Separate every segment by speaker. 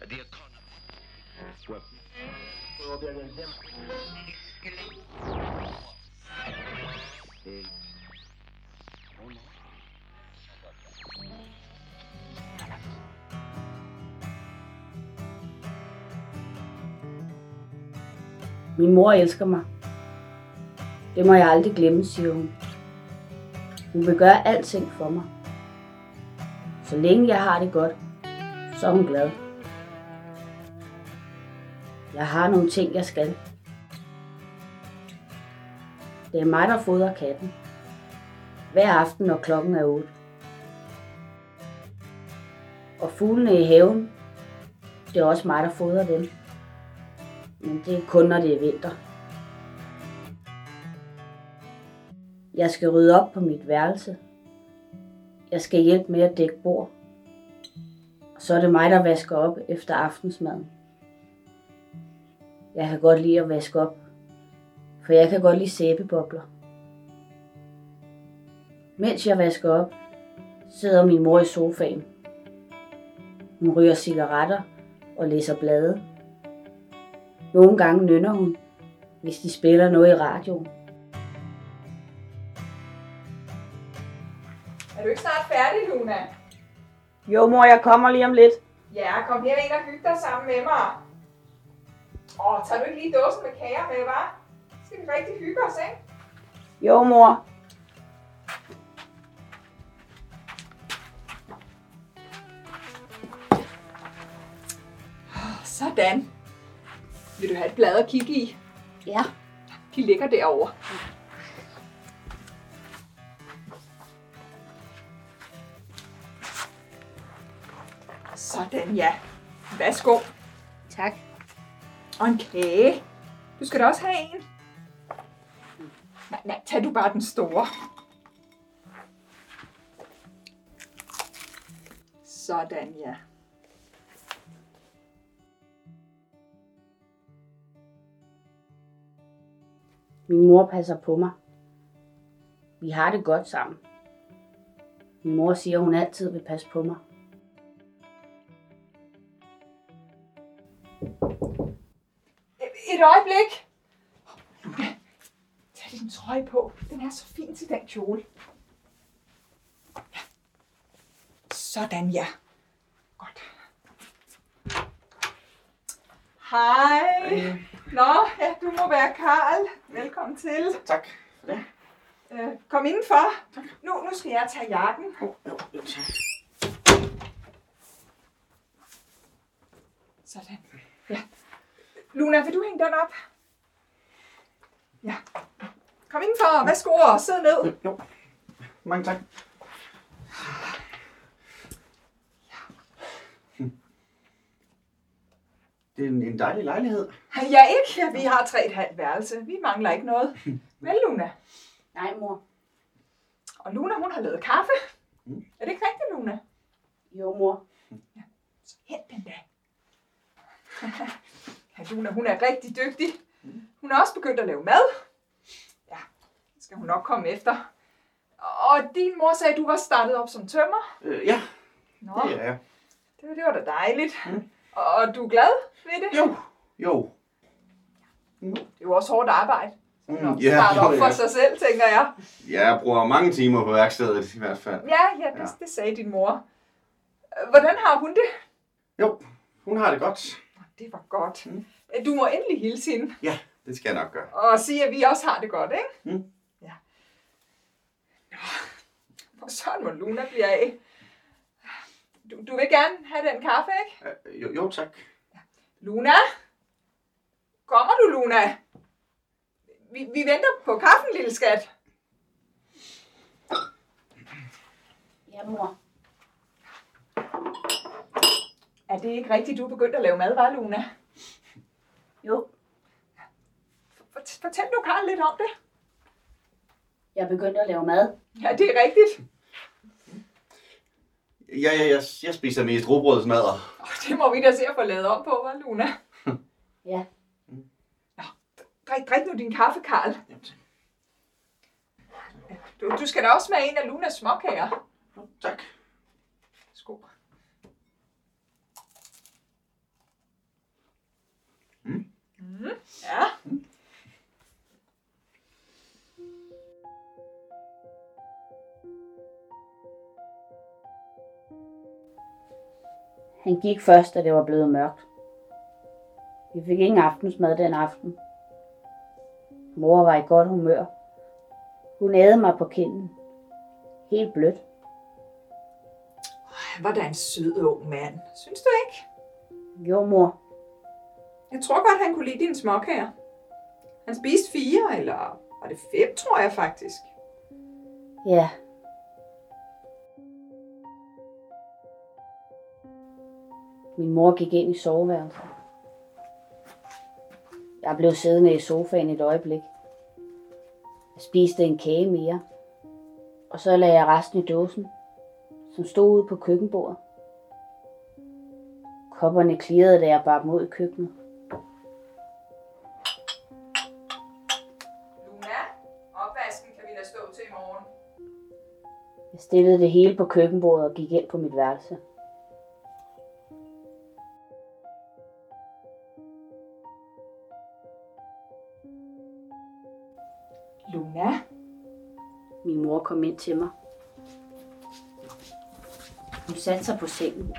Speaker 1: The economy.
Speaker 2: Min mor elsker mig. Det må jeg aldrig glemme, siger hun. Hun vil gøre alting for mig. Så længe jeg har det godt, så er hun glad. Jeg har nogle ting, jeg skal. Det er mig, der fodrer katten. Hver aften, når klokken er 8. Og fuglene i haven, det er også mig, der fodrer dem. Men det er kun, når det er vinter. Jeg skal rydde op på mit værelse. Jeg skal hjælpe med at dække bord. Og så er det mig, der vasker op efter aftensmaden. Jeg kan godt lide at vaske op, for jeg kan godt lide sæbebobler. Mens jeg vasker op, sidder min mor i sofaen. Hun ryger cigaretter og læser blade. Nogle gange nynner hun, hvis de spiller noget i radioen.
Speaker 3: Er du ikke snart færdig, Luna?
Speaker 4: Jo, mor, jeg kommer lige om lidt.
Speaker 3: Ja, kom her ind og hygge dig sammen med mig. Åh, tager du ikke lige dåsen med kager med, hva'? Så skal vi rigtig hygge os, ikke?
Speaker 4: Jo, mor.
Speaker 3: Sådan. Vil du have et blad at kigge i?
Speaker 2: Ja.
Speaker 3: De ligger derovre. Sådan ja. Værsgo.
Speaker 2: Tak.
Speaker 3: Og en kage. Du skal da også have en. Nej, nej, tag du bare den store. Sådan ja.
Speaker 2: Min mor passer på mig. Vi har det godt sammen. Min mor siger, hun altid vil passe på mig.
Speaker 3: Et øjeblik. Luna, tag din trøje på. Den er så fin til den kjole. Ja. Sådan, ja. Godt. Hej. Nå, ja, du må være Karl. Velkommen til.
Speaker 5: Tak. Ja.
Speaker 3: Øh, kom indenfor. Tak. Nu, nu skal jeg tage jakken. Sådan. Ja. Luna, vil du hænge den op? Ja. Kom indenfor. Værsgo og sid ned.
Speaker 5: Jo. Mange tak. Det er en, en dejlig lejlighed.
Speaker 3: Ja, ikke? Ja, vi har tre et halvt værelse. Vi mangler ikke noget. Vel, Luna?
Speaker 2: Nej, mor.
Speaker 3: Og Luna, hun har lavet kaffe.
Speaker 5: Mm.
Speaker 3: Er det ikke rigtigt, Luna?
Speaker 2: Jo, mor.
Speaker 3: Så hent den da. ja, Luna, hun er rigtig dygtig. Hun er også begyndt at lave mad. Ja, det skal hun nok komme efter. Og din mor sagde, at du var startet op som tømmer.
Speaker 5: Øh, ja,
Speaker 3: Nå,
Speaker 5: det er jeg.
Speaker 3: det, var- det var da dejligt. Og du er glad ved det?
Speaker 5: Jo, jo.
Speaker 3: Det er jo også hårdt arbejde. Hun
Speaker 5: Mm,
Speaker 3: har
Speaker 5: ja,
Speaker 3: startet
Speaker 5: jo,
Speaker 3: op for
Speaker 5: ja.
Speaker 3: sig selv, tænker jeg.
Speaker 5: Jeg bruger mange timer på værkstedet i hvert fald.
Speaker 3: Ja, ja, det,
Speaker 5: Ja.
Speaker 3: det sagde din mor. Øh, Hvordan har hun det?
Speaker 5: Jo, hun har det godt.
Speaker 3: Det var godt.
Speaker 5: Mm.
Speaker 3: Øh, Du må endelig hilse hende
Speaker 5: Ja, det skal jeg nok gøre.
Speaker 3: og sige, at vi også har det godt, ikke?
Speaker 5: Mm.
Speaker 3: Ja. Nå, hvor søren må Luna blive af. Du, du vil gerne have den kaffe, ikke?
Speaker 5: Øh, Jo, jo tak.
Speaker 3: Luna? Kommer du, Luna? Vi, vi venter på kaffen, lille skat.
Speaker 2: Ja, mor.
Speaker 3: Er det ikke rigtigt, du er begyndt at lave mad, var Luna?
Speaker 2: Jo,
Speaker 3: Fort- Fortæl nu Karl lidt om det.
Speaker 2: jeg begyndte at lave mad.
Speaker 3: Ja, det er rigtigt.
Speaker 5: Ja, ja, jeg, jeg spiser mest robrødsmadder.
Speaker 3: Åh, Det må vi da se at få lavet om på, hva' Luna?
Speaker 2: Ja.
Speaker 3: Nå, drik, drik nu din kaffe, Karl.
Speaker 5: Jamen, tak.
Speaker 3: Du, du skal da også smage en af Lunas småkager.
Speaker 5: Jo, Tak.
Speaker 3: Sko.
Speaker 2: Han gik først, da det var blevet mørkt. Vi fik ingen aftensmad den aften. Mor var i godt humør. Hun ædede mig på kinden. Helt blødt.
Speaker 3: Han var da en sød ung mand. Synes du ikke?
Speaker 2: Jo, mor.
Speaker 3: Jeg tror godt, han kunne lide dine småkager. Han spiste fire, eller var det fem, tror jeg faktisk.
Speaker 2: Ja. Min mor gik ind i soveværelset. Jeg blev siddende i sofaen et øjeblik. Jeg spiste en kage mere. Og så lagde jeg resten i dåsen, som stod ude på køkkenbordet. Kopperne klirrede, da jeg bar dem ud i køkkenet.
Speaker 3: Luna, opvasken kan vi lade stå til i morgen.
Speaker 2: Jeg stillede det hele på køkkenbordet og gik ind på mit værelse.
Speaker 3: Luna?
Speaker 2: Min mor kom ind til mig. Hun satte sig på sengen.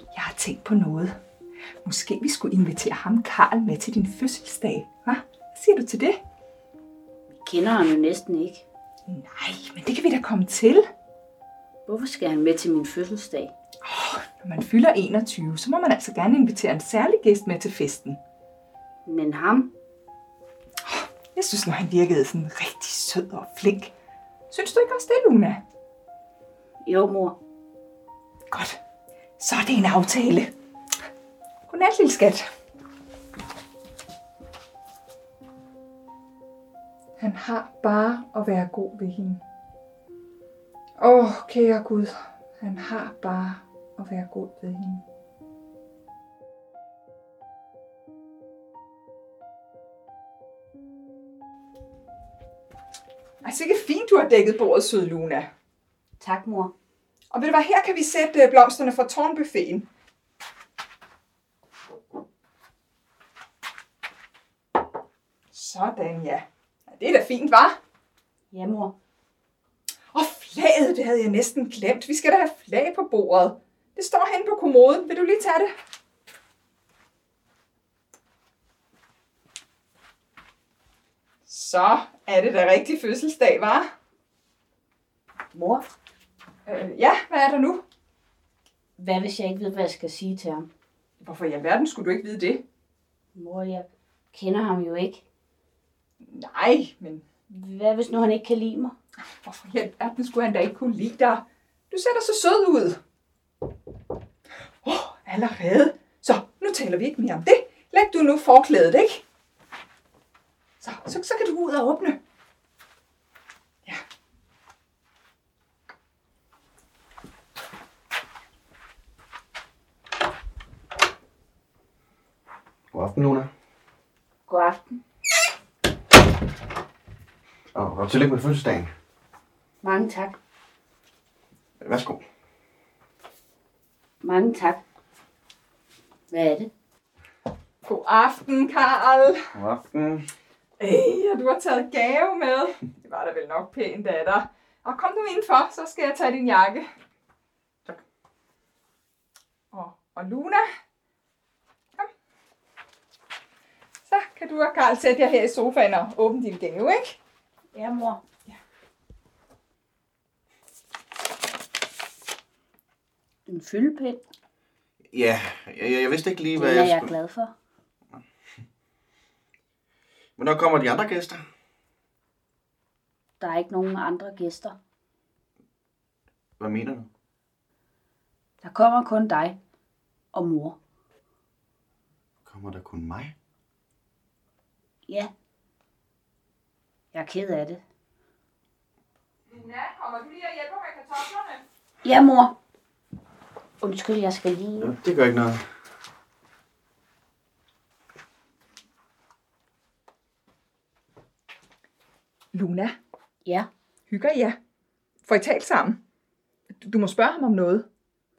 Speaker 3: Jeg har tænkt på noget. Måske vi skulle invitere ham Karl med til din fødselsdag, hva? Hvad siger du til det?
Speaker 2: Jeg kender ham jo næsten ikke.
Speaker 3: Nej, men det kan vi da komme til.
Speaker 2: Hvorfor skal han med til min fødselsdag?
Speaker 3: Når man fylder 21, så må man altså gerne invitere en særlig gæst med til festen.
Speaker 2: Men ham?
Speaker 3: Jeg synes nu, han virkede sådan rigtig sød og flink. Synes du ikke også det, Luna?
Speaker 2: Jo, mor.
Speaker 3: Godt. Så er det en aftale. Godnat, lille skat. Han har bare at være god ved hende. Åh, oh, kære Gud. Han har bare at være god ved hende. Ej, sikke fint, du har dækket bordet, søde Luna.
Speaker 2: Tak, mor.
Speaker 3: Og ved du hvad, her kan vi sætte øh, blomsterne fra tårnbuffeten. Sådan ja. Ja, Det er da fint, var.
Speaker 2: Ja, mor.
Speaker 3: Og flaget, det havde jeg næsten glemt. Vi skal da have flag på bordet. Det står hen på kommoden. Vil du lige tage det? Så er det da rigtig fødselsdag, var?
Speaker 2: Mor?
Speaker 3: Øh, ja, hvad er der nu?
Speaker 2: Hvad hvis jeg ikke ved, hvad jeg skal sige til ham?
Speaker 3: Hvorfor i alverden skulle du ikke vide det?
Speaker 2: Mor, jeg kender ham jo ikke.
Speaker 3: Nej, men
Speaker 2: Hvad hvis nu han ikke kan lide mig?
Speaker 3: Hvorfor i alverden skulle han da ikke kunne lide dig? Du ser da så sød ud. Åh, oh, allerede. Så, nu taler vi ikke mere om det. Læg du nu forklædet, ikke? Så, så, så kan du gå ud og åbne. Ja.
Speaker 5: God aften, Luna.
Speaker 2: God aften.
Speaker 5: Og, og tillykke med fødselsdagen.
Speaker 2: Mange tak.
Speaker 5: Værsgo.
Speaker 2: Mange tak. Hvad er det?
Speaker 3: God aften, Karl.
Speaker 5: God aften.
Speaker 3: Ej, og du har taget gave med. Det var da vel nok pænt af dig. Og kom nu indenfor, så skal jeg tage din jakke.
Speaker 5: Tak.
Speaker 3: Og, og Luna. Kom. Så kan du og Karl sætte jer her i sofaen og åbne din gave, ikke?
Speaker 2: Ja, mor. Ja. En fyldepind.
Speaker 5: Ja, jeg, jeg, jeg vidste ikke lige,
Speaker 2: Den
Speaker 5: hvad
Speaker 2: er jeg
Speaker 5: skulle...
Speaker 2: glad for.
Speaker 5: Hvornår kommer de andre gæster?
Speaker 2: Der er ikke nogen andre gæster.
Speaker 5: Hvad mener du?
Speaker 2: Der kommer kun dig og mor.
Speaker 5: Kommer der kun mig?
Speaker 2: Ja. Jeg er ked af det.
Speaker 3: Luna, kommer du lige og hjælper med kartoflerne?
Speaker 2: Ja, mor. Undskyld, jeg skal lige...
Speaker 5: Ja, det gør ikke noget.
Speaker 3: Luna,
Speaker 2: Ja,
Speaker 3: hygger I jer? Får I talt sammen? Du, du må spørge ham om noget.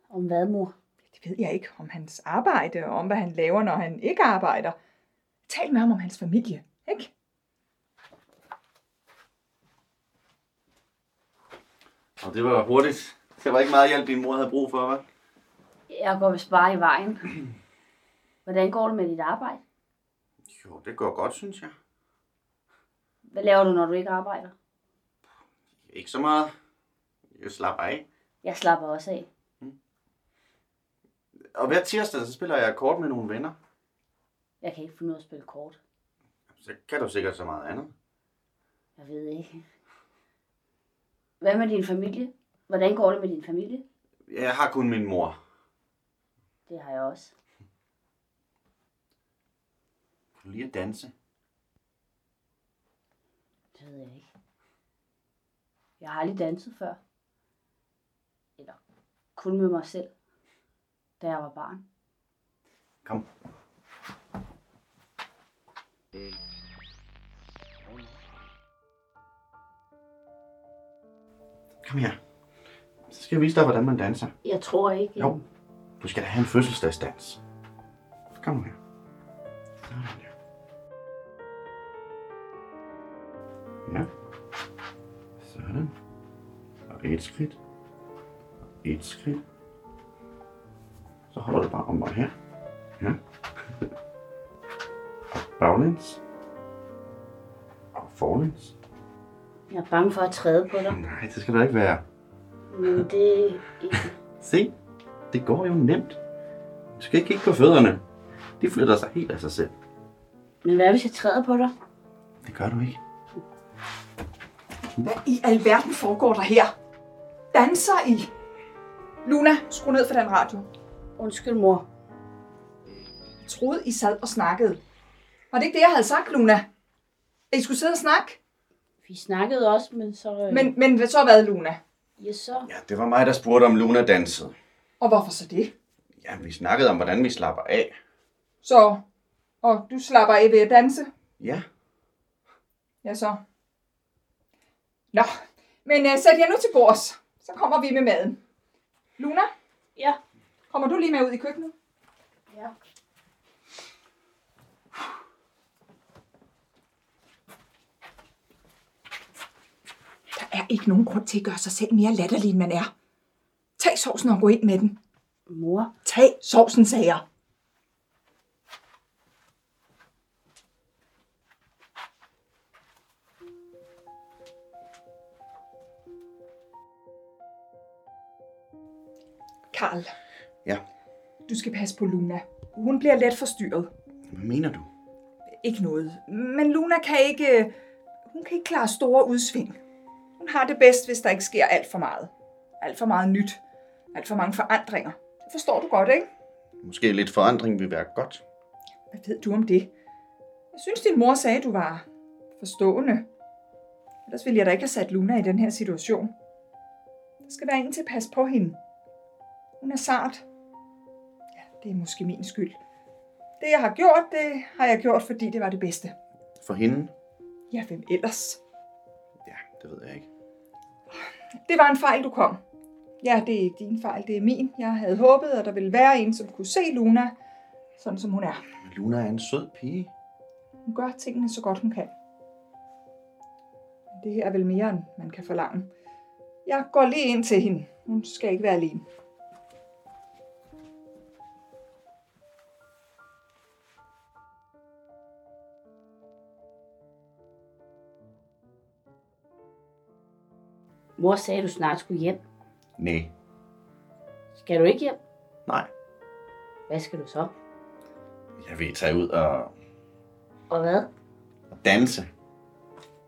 Speaker 2: om hvad, mor?
Speaker 3: Det ved jeg ikke, om hans arbejde, og om hvad han laver, når han ikke arbejder. Tal med ham om hans familie, ikke?
Speaker 5: Og det var hurtigt. Det var ikke meget hjælp, din mor havde brug for, hva'?
Speaker 2: Jeg går vist bare i vejen. Hvordan går det med dit arbejde?
Speaker 5: Jo, det går godt, synes jeg.
Speaker 2: Hvad laver du, når du ikke arbejder?
Speaker 5: Ikke så meget. Jeg slapper af.
Speaker 2: Jeg slapper også af.
Speaker 5: Og hver tirsdag, så spiller jeg kort med nogle venner.
Speaker 2: Jeg kan ikke finde ud af at spille kort.
Speaker 5: Så kan du sikkert så meget andet.
Speaker 2: Jeg ved ikke. Hvad med din familie? Hvordan går det med din familie?
Speaker 5: Jeg har kun min mor.
Speaker 2: Det har jeg også.
Speaker 5: Kan du lige at danse?
Speaker 2: Det ved jeg ikke. Jeg har aldrig danset før. Eller kun med mig selv, da jeg var barn.
Speaker 5: Kom. Kom her. Så skal jeg vise dig, hvordan man danser.
Speaker 2: Jeg tror ikke.
Speaker 5: Jo. Du skal da have en fødselsdagsdans. Kom nu her. Sådan der. Ja. Sådan. Og et skridt. Og et skridt. Så holder du bare om mig her. Ja. Og baglæns. Og forlæns.
Speaker 2: Jeg er bange for at træde på dig.
Speaker 5: Nej, det skal der ikke være.
Speaker 2: Men det...
Speaker 5: Se, det går jo nemt. Du skal ikke kigge på fødderne. De flytter sig helt af sig selv.
Speaker 2: Men hvad hvis jeg træder på dig?
Speaker 5: Det gør du ikke.
Speaker 3: Hvad i alverden foregår der her? Danser I? Luna, skru ned for den radio.
Speaker 2: Undskyld, mor.
Speaker 3: Jeg troede, I sad og snakkede. Var det ikke det, jeg havde sagt, Luna? At I skulle sidde og snakke?
Speaker 2: Vi snakkede også, men så... øh,
Speaker 3: Men, men hvad så hvad, Luna?
Speaker 2: Ja, så...
Speaker 5: Ja, det var mig, der spurgte, om Luna dansede.
Speaker 3: Og hvorfor så det?
Speaker 5: Ja, vi snakkede om, hvordan vi slapper af.
Speaker 3: Så, og du slapper af ved at danse?
Speaker 5: Ja,
Speaker 3: Ja, så. Nå, men uh, sæt jer nu til bords. Så kommer vi med maden. Luna,
Speaker 2: Ja.
Speaker 3: kommer du lige med ud i køkkenet?
Speaker 2: Ja.
Speaker 3: Der er ikke nogen grund til at gøre sig selv mere latterlig, end man er. Tag sovsen og gå ind med den.
Speaker 2: Mor,
Speaker 3: Tag sovsen, sagde jeg. Karl.
Speaker 5: Ja.
Speaker 3: Du skal passe på Luna. Hun bliver let forstyrret.
Speaker 5: hvad mener du?
Speaker 3: Ikke noget. Men Luna kan ikke... Hun kan ikke klare store udsving. Hun har det bedst, hvis der ikke sker alt for meget. Alt for meget nyt. Alt for mange forandringer. Det forstår du godt, ikke?
Speaker 5: Måske lidt forandring vil være godt.
Speaker 3: Hvad ved du om det? Jeg synes, din mor sagde, du var forstående. Ellers ville jeg da ikke have sat Luna i den her situation. Der skal være en til at passe på hende. Hun er sart. Ja, det er måske min skyld. Det, jeg har gjort, det har jeg gjort, fordi det var det bedste.
Speaker 5: For hende?
Speaker 3: Ja, hvem ellers?
Speaker 5: Ja, det ved jeg ikke.
Speaker 3: Det var en fejl, du kom. Ja, det er ikke din fejl, det er min. Jeg havde håbet, at der ville være en, som kunne se Luna, sådan som hun er.
Speaker 5: Men Luna er en sød pige.
Speaker 3: Hun gør tingene så godt hun kan. Men Det her er vel mere, end man kan forlange. Jeg går lige ind til hende. Hun skal ikke være alene.
Speaker 2: mor sagde, at du snart skulle hjem.
Speaker 5: Nej.
Speaker 2: Skal du ikke hjem?
Speaker 5: Nej.
Speaker 2: Hvad skal du så?
Speaker 5: Jeg vil tage ud og
Speaker 2: Og hvad?
Speaker 5: danse.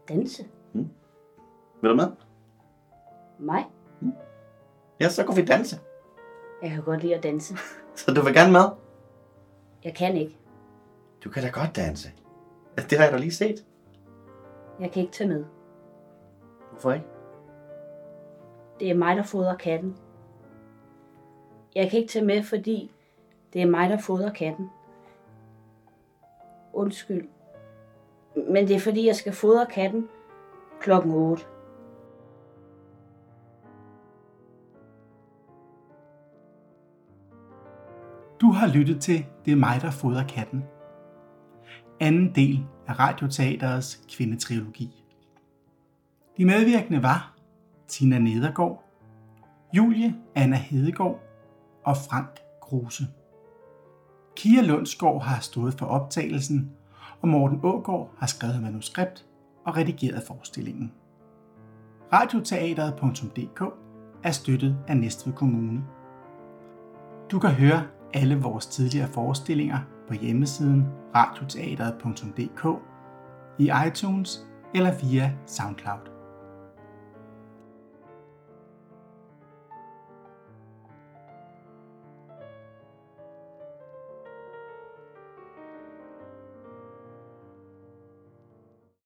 Speaker 2: Danse?
Speaker 5: Vil du med?
Speaker 2: Mig?
Speaker 5: Ja, så går vi danse.
Speaker 2: Jeg kan godt lide at danse.
Speaker 5: Så du vil gerne med?
Speaker 2: Jeg kan ikke.
Speaker 5: Du kan da godt danse. Altså, det har jeg da lige set.
Speaker 2: Jeg kan ikke tage med.
Speaker 5: Hvorfor ikke?
Speaker 2: Det er mig, der fodrer katten. Jeg kan ikke tage med, fordi det er mig, der fodrer katten. Undskyld. Men det er fordi, jeg skal fodre katten klokken 8.
Speaker 1: Du har lyttet til Det er mig, der fodrer katten. Anden del af Radioteaterets kvindetrilogi. De medvirkende var Tina Nedergaard, Julie Anna Hedegaard og Frank Kruse. Kia Lundsgaard har stået for optagelsen, og Morten Ågaard har skrevet manuskript og redigeret forestillingen. Radioteateret.dk er støttet af Næstved Kommune. Du kan høre alle vores tidligere forestillinger på hjemmesiden radioteateret.dk, i iTunes eller via SoundCloud.